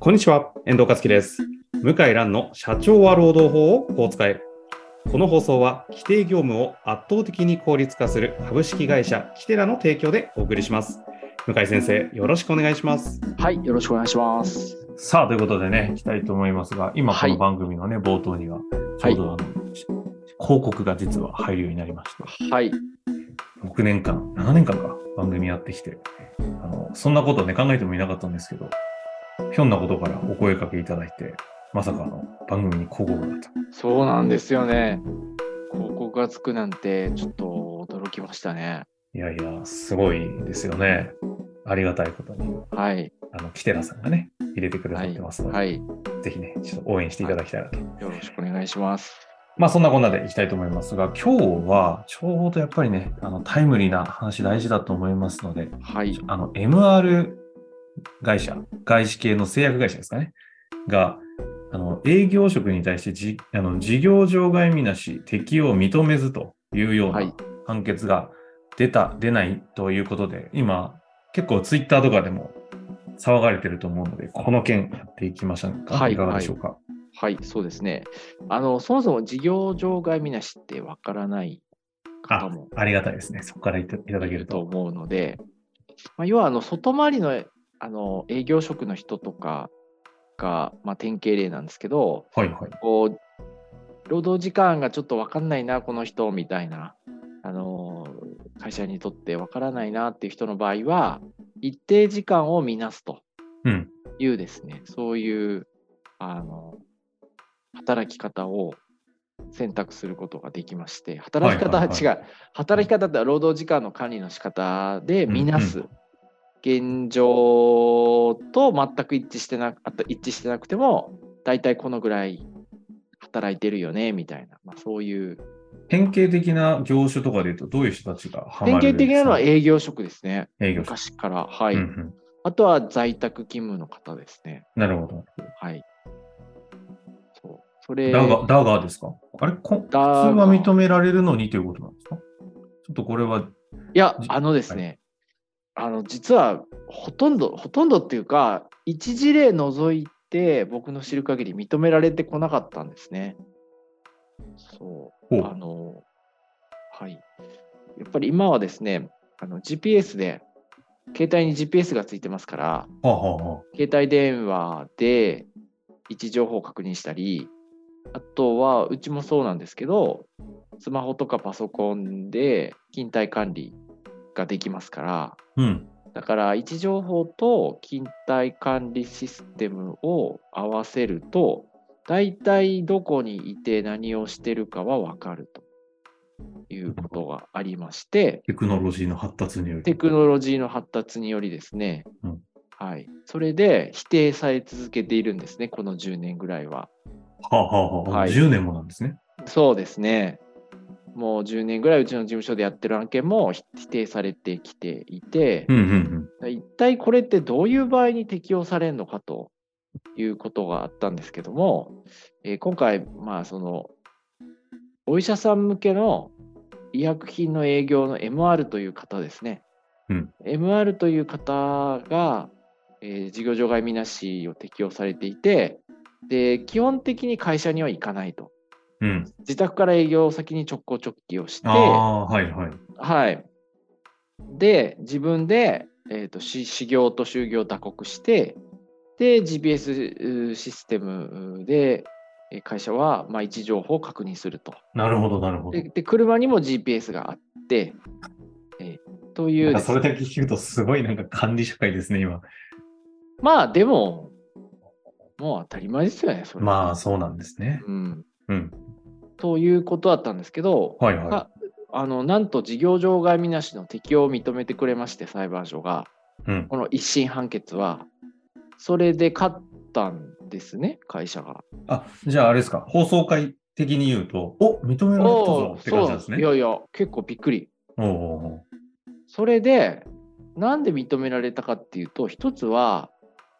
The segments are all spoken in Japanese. こんにちは、遠藤克樹です。向井蘭の社長は労働法をこう使え。この放送は規定業務を圧倒的に効率化する株式会社キテラの提供でお送りします。向井先生、よろしくお願いします。はい、よろしくお願いします。さあ、ということでね、いきたいと思いますが、今はこいの番組のね、冒頭には、ちょうどあの、し広告が実は入るようになりました。はい、 6年間、7年間か、番組やってきて、あの、そんなことね、考えてもいなかったんですけど、ひょんなことからお声掛けいただいて、まさかの番組に広告だった。そうなんですよね。広告がつくなんて、ちょっと驚きましたね。いやいや、すごいですよね。ありがたいことに、はい、あの、キテラさんがね、入れてくださってますので、はい、ぜひね、ちょっと応援していただきたいなとよろしくお願いします。まあそんなこんなでいきたいと思いますが、今日はちょうどやっぱりね、あのタイムリーな話大事だと思いますので、はい、あの MR 会社、外資系の製薬会社ですかね、が、あの営業職に対してじあの事業場外見なし適用を認めずというようはいな判決が出た、出ないということで、今結構ツイッターとかでも騒がれてると思うので、この件やっていきましょうか。はいいかがでしょうか。はい、そうですね。あの、そもそも事業場外みなしってわからない方もありがたいですね。そこからいたいただいけるるとと。思うので、まあ、要はあの外回りのあの営業職の人とかが、まあ、典型例なんですけど、はいはい。こう労働時間がちょっと分かんないなこの人みたいな、あのー会社にとって分からないなっていう人の場合は一定時間を見なすとうん。いうですねそういう、あの働き方を選択することができまして働き方ははい違う、はい働き方って労働時間の管理の仕方で見なす。うん現状と全く一致してなあと一致してなくても大体このぐらい働いてるよねみたいな、まあ、そういう典型的な業種とかでいうと、どういう人たちがハマる典型的なのは営営業職ですね業者。昔からはい、うんうんあとは在宅勤務の方ですねなるほど。はいそうそれダガダガーですかあれこ普通ガーは認められるのにということなんですかちょっとこれは、いやじあのですね、あの実はほとんどほとんどっていうか一事例除いて僕の知る限り認められてこなかったんですねそうほあうの、はい。やっぱり今はですね、あの GPS で、携帯に GPS がついてますから、はあはあはあ携帯電話で位置情報を確認したり、あとは、うちもそうなんですけど、スマホとかパソコンで勤怠管理ができますから、うん。だから位置情報と勤怠管理システムを合わせると、大体どこにいて何をしてるかは分かるということがありまして、テクノロジーの発達によテり。クノロジーの発達によりですね、うんはい、それで否定され続けているんですね、この10年ぐらいは。はあはあはあ、はい10年もなんですね。そうですね。もう10年ぐらいうちの事務所でやってる案件も否否定されてきていて、うんうんうん。一体これってどういう場合に適用されるのかということがあったんですけども、えー今回、まあ、そのお医者さん向けの医薬品の営業の MR という方ですね、うん MR という方が、えー事業場外みなしを適用されていてで基本的に会社には行かないとうん。自宅から営業先に直行直帰をしてああ、はいはい。はい。で、自分で、えー、とし修行と就業を打刻して、で、GPS うーシステムうーで、えー会社は、まあ、位置情報を確認すると。なるほど、なるほどで、。で車にも GPS があって、えーといなうんかですそれだけ聞くと、すごいなんか管理社会ですね、今。まあ、でも、もう当たり前ですよね、それ。まあ、そうなんですね。うん。うん。ということだったんですけど、はいはいかあのなんと事業場外みなしの適用を認めてくれまして、裁判所が。うん。この一審判決は、それで勝ったんですね、会社が。あ、じゃああれですか、放送会的に言うと、お認められたぞおって感じなんですそういね。やいや、結構びっくり。おうおうおうそれで、なんで認められたかっていうと、一つは、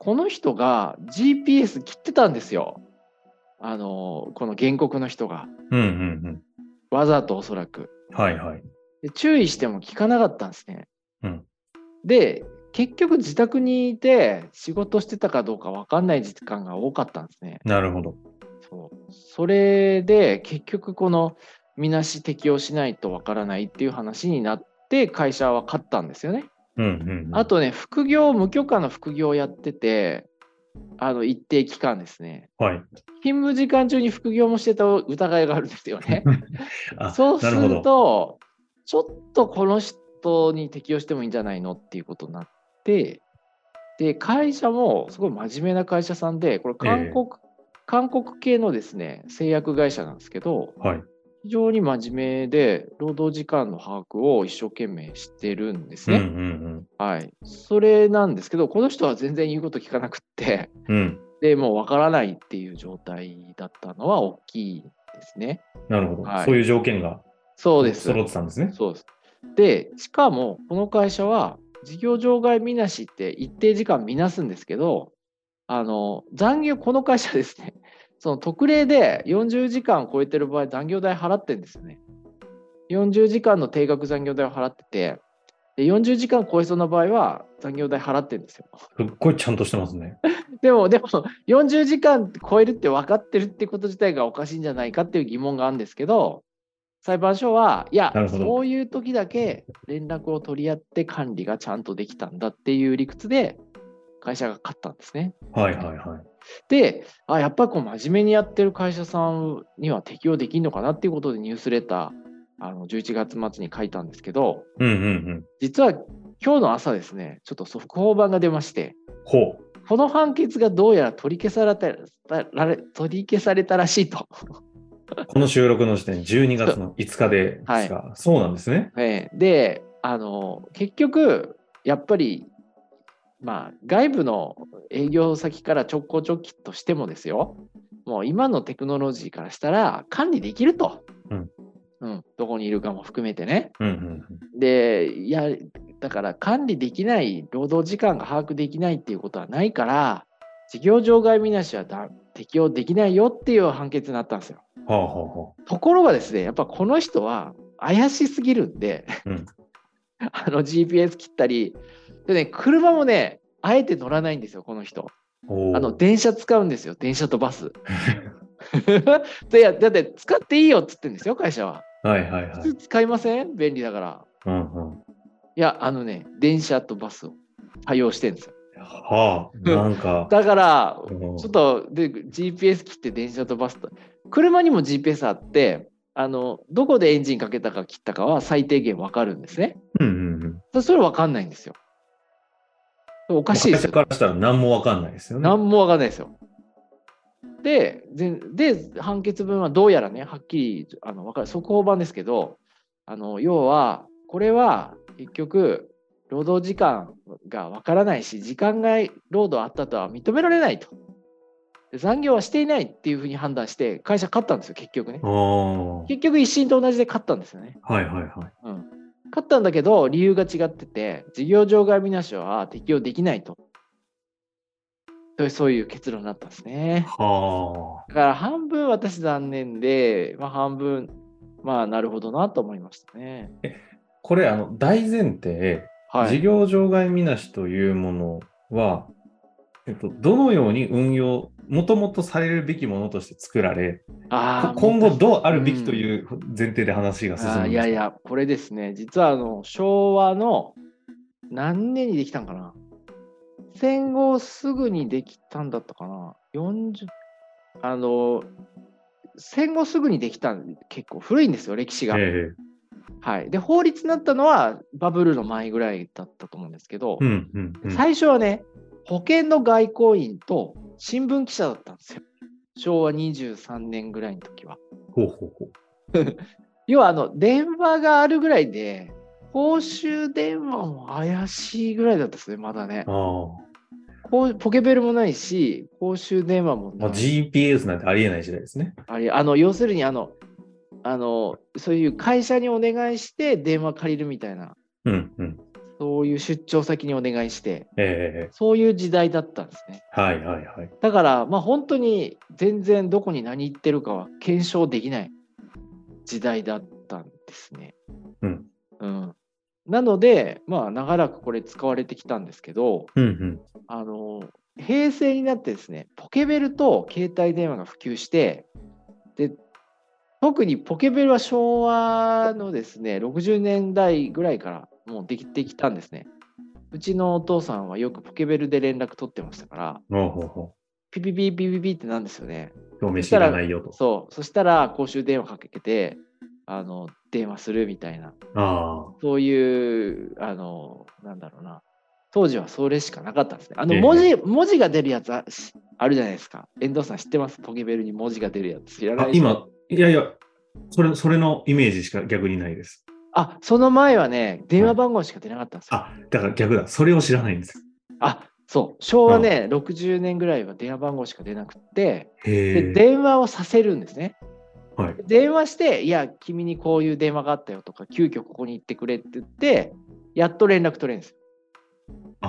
この人が GPS 切ってたんですよ。あの、この原告の人が。うんうんわざとおそらく。うん。はいはい。で注意しても聞かなかったんですね。うんで、結局自宅にいて仕事してたかどうか分かんない時間が多かったんですね。なるほど。そうそれで結局このみなし適用しないと分からないっていう話になって会社は勝ったんですよね。うんうんうん。あとね副業無許可の副業をやっててあの一定期間ですねはい。勤務時間中に副業もしてた疑いがあるんですよね。 あそうすなるるほど。と、ちょっとこの人に適用してもいいんじゃないのっていうことになって、で、会社もすごい真面目な会社さんで、これ韓国、韓国系のですね、製薬会社なんですけど、はい。非常に真面目で、労働時間の把握を一生懸命してるんですうんうね。んはい。それなんですけど、この人は全然言うこと聞かなくって、 うん。うん。で、もうわからないっていう状態だったのは大きいですね。なるほど。はいそういう条件がそうです。揃ってたんですね。そうです。で、しかも、この会社は、事業場外みなしって一定時間みなすんですけど、あの、残業、この会社ですね、その特例で40時間超えてる場合、残業代払ってるんですよね。40時間の定額残業代を払ってて、で40時間超えそうな場合は残業代払ってるんですよ。すっごいちゃんとしてますね。 でも、でも、40時間超えるって分かってるってこと自体がおかしいんじゃないかっていう疑問があるんですけど、裁判所は、いやなる、ほどそういう時だけ連絡を取り合って管理がちゃんとできたんだっていう理屈で、会社が勝ったんですね。はいはいはい。で、あやっぱりこう真面目にやってる会社さんには適用できるのかなっていうことでニュースレター、あの11月末に書いたんですけど、うんうんうん。実は今日の朝ですね、ちょっと速報版が出まして、ほう。この判決がどうやら取り消されたられ取り消されたらしいと。この収録の時点、12月の5日でですが、そうなんですね。ええであの結局やっぱり、まあ、外部の営業先から直行直帰としてもですよもう今のテクノロジーからしたら管理できると、うんうんどこにいるかも含めてね。うんうんうん。でいやだから管理できない労働時間が把握できないっていうことはないから事業場外みなしはだ適用できないよっていう判決になったんですよ。はあはあはところがですねやっぱこの人は怪しすぎるんで、うん あの GPS 切ったりで、ね、車もねあえて乗らないんですよこの人。あ。おーあの電車使うんですよ電車とバス。 でいやだって使っていいよっつってんですよ会社は。はいはいは普通い。使いません便利だから。うんうん。いや、あのね、電車とバスを採用してるんですよ。はあ。なんか、だから、あのちょっとで GPS 切って電車とバスと、車にも GPS あって、あのどこでエンジンかけたか切ったかは最低限分かるんですね。うんうんうん。そそれ分かんないんですよ。おかしいです会社よ。からしたら何もわかんないですよね。何も分かんないですよ。で、ぜで判決文はどうやらね、はっきりあの分かる、速報版ですけど、あの要は、これは結局、労働時間が分からないし、時間外労働あったとは認められないと。で残業はしていないっていうふうに判断して、会社勝ったんですよ、結局ねあ。あ。は結局、一審と同じで勝ったんですよね。いはいはい。勝ったんだけど理由が違ってて事業場外みなしは適用できないととそういう結論になったんですねはだから半分私残念で、まあ、半分まあなるほどなと思いましたねあ。これ、あの、大前提、は事い業場外みなしというものは、えっと、どのように運用、もともとされるべきものとして作られ、あー今後どうあるべうきんという前提で話が進むんですあーいやいやこれですね実はあの昭和の何年にできたんかな戦後すぐにできたんだったかな40あの戦後すぐにできたん結構古いんですよ歴史が、ええはい、で法律になったのはバブルの前ぐらいだったと思うんですけど、うんうんうん。最初はね保険の外交員と新聞記者だったんですよ昭和23年ぐらいの時はほうほうほう。要はあの電話があるぐらいで公衆電話も怪しいぐらいだったですねまだねあこうポケベルもないし公衆電話もあ、まなあ、い GPS なんてありえない時代ですね。あれあの要するにあのあのそういう会社にお願いして電話借りるみたいなうんうん。そういう出張先にお願いしてええそういう時代だったんですね。はいはいはい。だから、まあ、本当に全然どこに何言ってるかは検証できない時代だったんですね。うんうんなので、まあ、長らくこれ使われてきたんですけど、うんうん。あの平成になってですねポケベルと携帯電話が普及してで特にポケベルは昭和のですね60年代ぐらいからもうできてきたんですねうちのお父さんはよくポケベルで連絡取ってましたからほうほうほピピピピピピってなんですよねう。今日飯いらないよと。そうそしたら公衆電話かけてあの電話するみたいなあそういう、あの、なんだろうな。当時はそれしかなかったんですね。あの、ええ文字、文字が出るやつあしあるじゃないですか。遠藤さん知ってますポケベルに文字が出るやつ。知らあ。ないあでしょ今、いやいや、それ、それのイメージしか逆にないです。あ、その前はね、電話番号しか出なかったんですよ。あ、だから逆だ。それを知らないんです。あ、そう。昭和ね、60年ぐらいは電話番号しか出なくって、へで、え。電話をさせるんですね。はいで電話して、いや、君にこういう電話があったよとか、急遽ここに行ってくれって言って、やっと連絡取れるんですよ。あ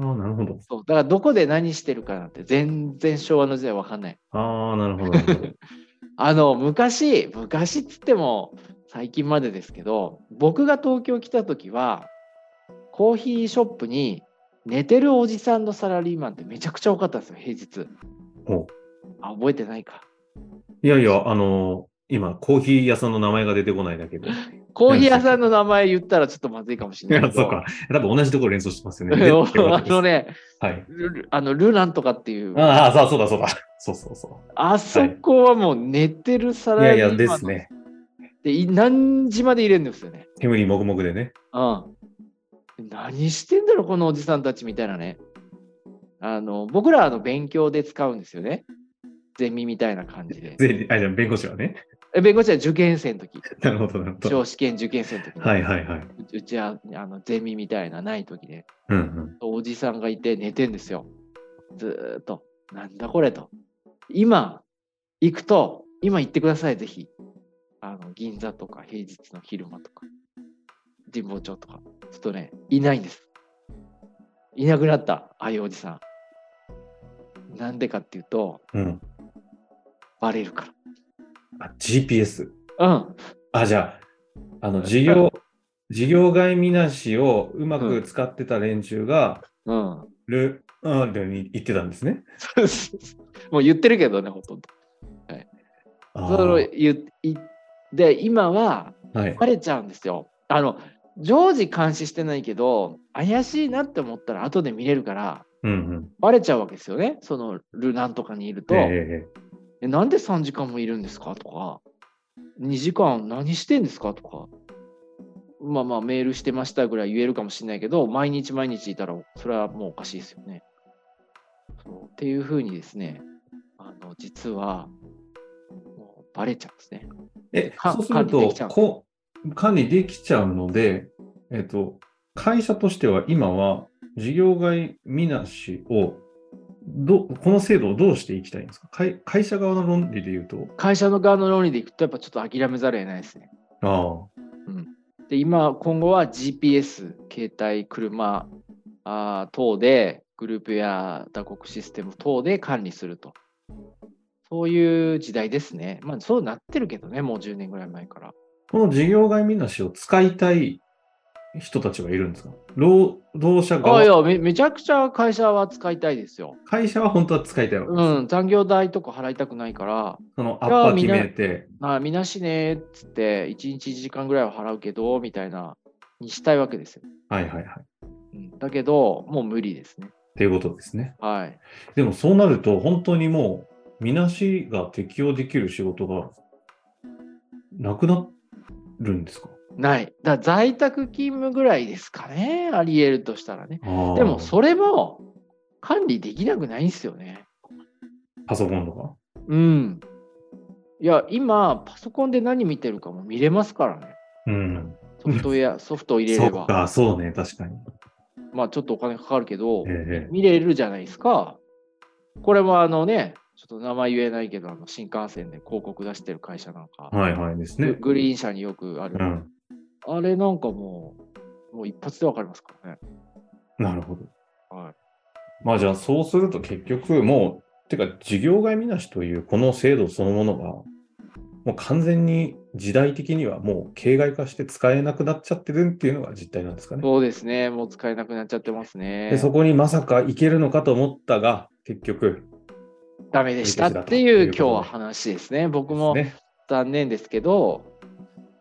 あ、なるほど。そう。だから、どこで何してるかなんて、全然昭和の時代わかんない。ああ、なるほどなる ほど。あの昔昔っつっても最近までですけど僕が東京来た時はコーヒーショップに寝てるおじさんのサラリーマンってめちゃくちゃ多かったんですよ平日ほあ覚えてないかいやいや、あの今、コーヒー屋さんの名前が出てこないだけで。いコーヒー屋さんの名前言ったらちょっとまずいかもしれないや、けどそうか。多分同じところ連想してますよね。 出てこなあいですのねはい。ルルあのルナンとかっていうあああ、そうそうだ、そうだ。そうそうそそこはもう寝てるサう。いラやいリーや、マでンすね。でい何時まで入れるんですよね煙もぐもぐでね。うん。何してんだろ、このおじさんたちみたいなね。あの、僕らあの勉強で使うんですよね。ゼミみたいな感じで。全あ、じゃあ弁護士はね。 え弁護士は受験生の時、なるほど、なるほど。小試験受験生の時、はいはいはい。ううちはあのゼミみたいなない時で、うんうん。おじさんがいて寝てんですよ。ずーっと。なんだこれと。今、行くと、今行ってください、ぜひ。あの、銀座とか平日の昼間とか、神保町とか。ちょっとね、いないんです。いなくなった、ああいうおじさん。なんでかっていうと、うん。バレるかあ、GPS。ら。うん。あ、じゃあ、あの、事業、事業外見なしをうまうくん使ってた連中が、うん。 ル、あーでに行ってたんですね。もう言ってるけどね、ほとんど。あそれをー言いで、今は、はい。バレちゃうんですよ。あの常時監視してないけど怪しいなって思ったら後で見れるからうんうん。バレちゃうわけですよねそのルナンとかにいると、ええええなんで3時間もいるんですかとか2時間何してんですかとかまあまあメールしてましたぐらい言えるかもしれないけど毎日毎日いたらそれはもうおかしいですよね。そうっていうふうにですねあの実はもうバレちゃうんですね。ええ。え、かそうす管る理でときちゃう、こう、管理できちゃうので、えっと、会社としては今は、事業外見なしを、ど、この制度をどうしていきたいんですか会会社側の論理で言うと、会社の側の論理でいくとやっぱちょっと諦めざるを得ないですね。あで今今後は GPS 携帯車あー等でグループや打刻システム等で管理するとそういう時代ですねまあそうなってるけどねもう10年ぐらい前からあ、この事業外見なしを使いたい人たちはいるんですか労働者あい側、やめめちゃくちゃ会社は使いたいですよ会社は本当は使いたいわけです。うん残業代とか払いたくないからそのアやッパー決めて、まあみなしねーっつって1日1時間ぐらいは払うけどみたいなにしたいわけですよ、はいはいはい。っうん、だけどもう無理ですねていうことですね。はいでもそうなると、本当にもう、みなしが適用できる仕事がなくなるんですかない。だから在宅勤務ぐらいですかね、あり得るとしたらね。あーでも、それも管理できなくないんですよね。パソコンとか。うん。いや、今、パソコンで何見てるかも見れますからね。うん。ソフトウ ェア、ソフトを入れそれっば。か、そうね、確かに。まあ、ちょっとお金かかるけどえ、え見れるじゃないですか。これもあのね、ちょっと名前言えないけど、あの新幹線で広告出してる会社なんか、はいはいですグね。グリーン車によくある、うん。あれなんかもう、もう一発でわかりますからね。なるほど。はい、まあじゃあそうすると結局もう、てか事業外みなしというこの制度そのものがもう完全に時代的にはもう形骸化して使えなくなっちゃってるっていうのが実態なんですかね。そうですね、もう使えなくなっちゃってますねで。そこにまさかいけるのかと思ったが、結局、ダメでしたってといいううことで今日は話ですね。僕もね、残念ですけど、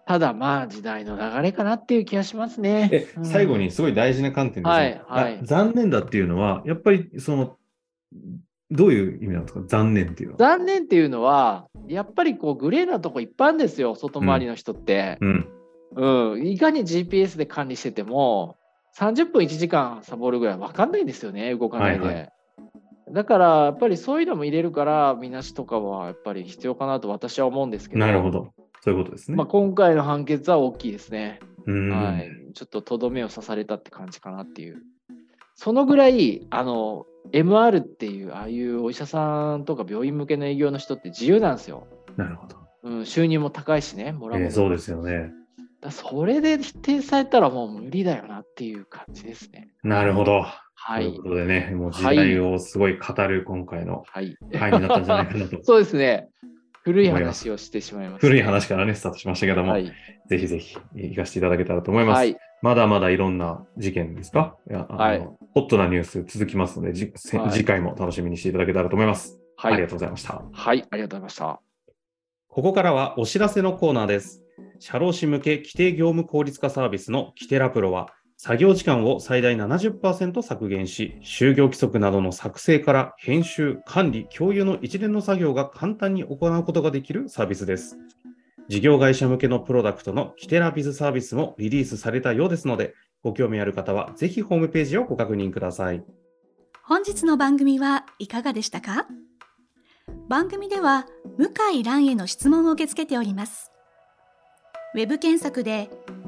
ただまあ時代の流れかなっていう気がしますね。えうん最後にすごい大事な観点です、ねはいはいあ残念だっていうのは、やっぱりその、どういう意味なんですか残念っていうのは。残念っていうのは、やっぱりこうグレーなとこいっぱいあるんですよ、外回りの人って。うん。うん、いかに GPS で管理してても、30分1時間サボるぐらい分かんないんですよね、動かないで。はいだから、やっぱりそういうのも入れるから、みなしとかはやっぱり必要かなと私は思うんですけど、なるほど。そういうことですね。まあ、今回の判決は大きいですね。うんはい、ちょっととどめを刺されたって感じかなっていう。そのぐらいあの MR っていうああいうお医者さんとか病院向けの営業の人って自由なんですよ。なるほど。うん、収入も高いしね、もらうもえの、ーそうですよね。だそれで否定されたらもう無理だよなっていう感じですね。なるほど。はとい。いうことでね、もう時はい代をすごい語る今回のはい。回になったんじゃないかなと。そうですね。古い思います話をしてしまいました。古い話からね、スタートしましたけども、はい。ぜひぜひ行かせていただけたらと思います。はい。まだまだいろんな事件ですかいやあのはいホットなニュース続きますので、じせはい次回も楽しみにしていただけたらと思います。あはりがい。とうございました。はい。ありがとうございました。ここからはお知らせのコーナーです。社労士向け規定業務効率化サービスのキテラプロは、作業時間を最大70%削減し、就業規則などの作成から編集、管理、共有の一連の作業が簡単に行うことができるサービスです。事業会社向けのプロダクトのキテラビズサービスもリリースされたようですので、ご興味ある方はぜひホームページをご確認ください。本日の番組はいかがでしたか番組では向井蘭への質問を受け付けておりますウェブ検索で「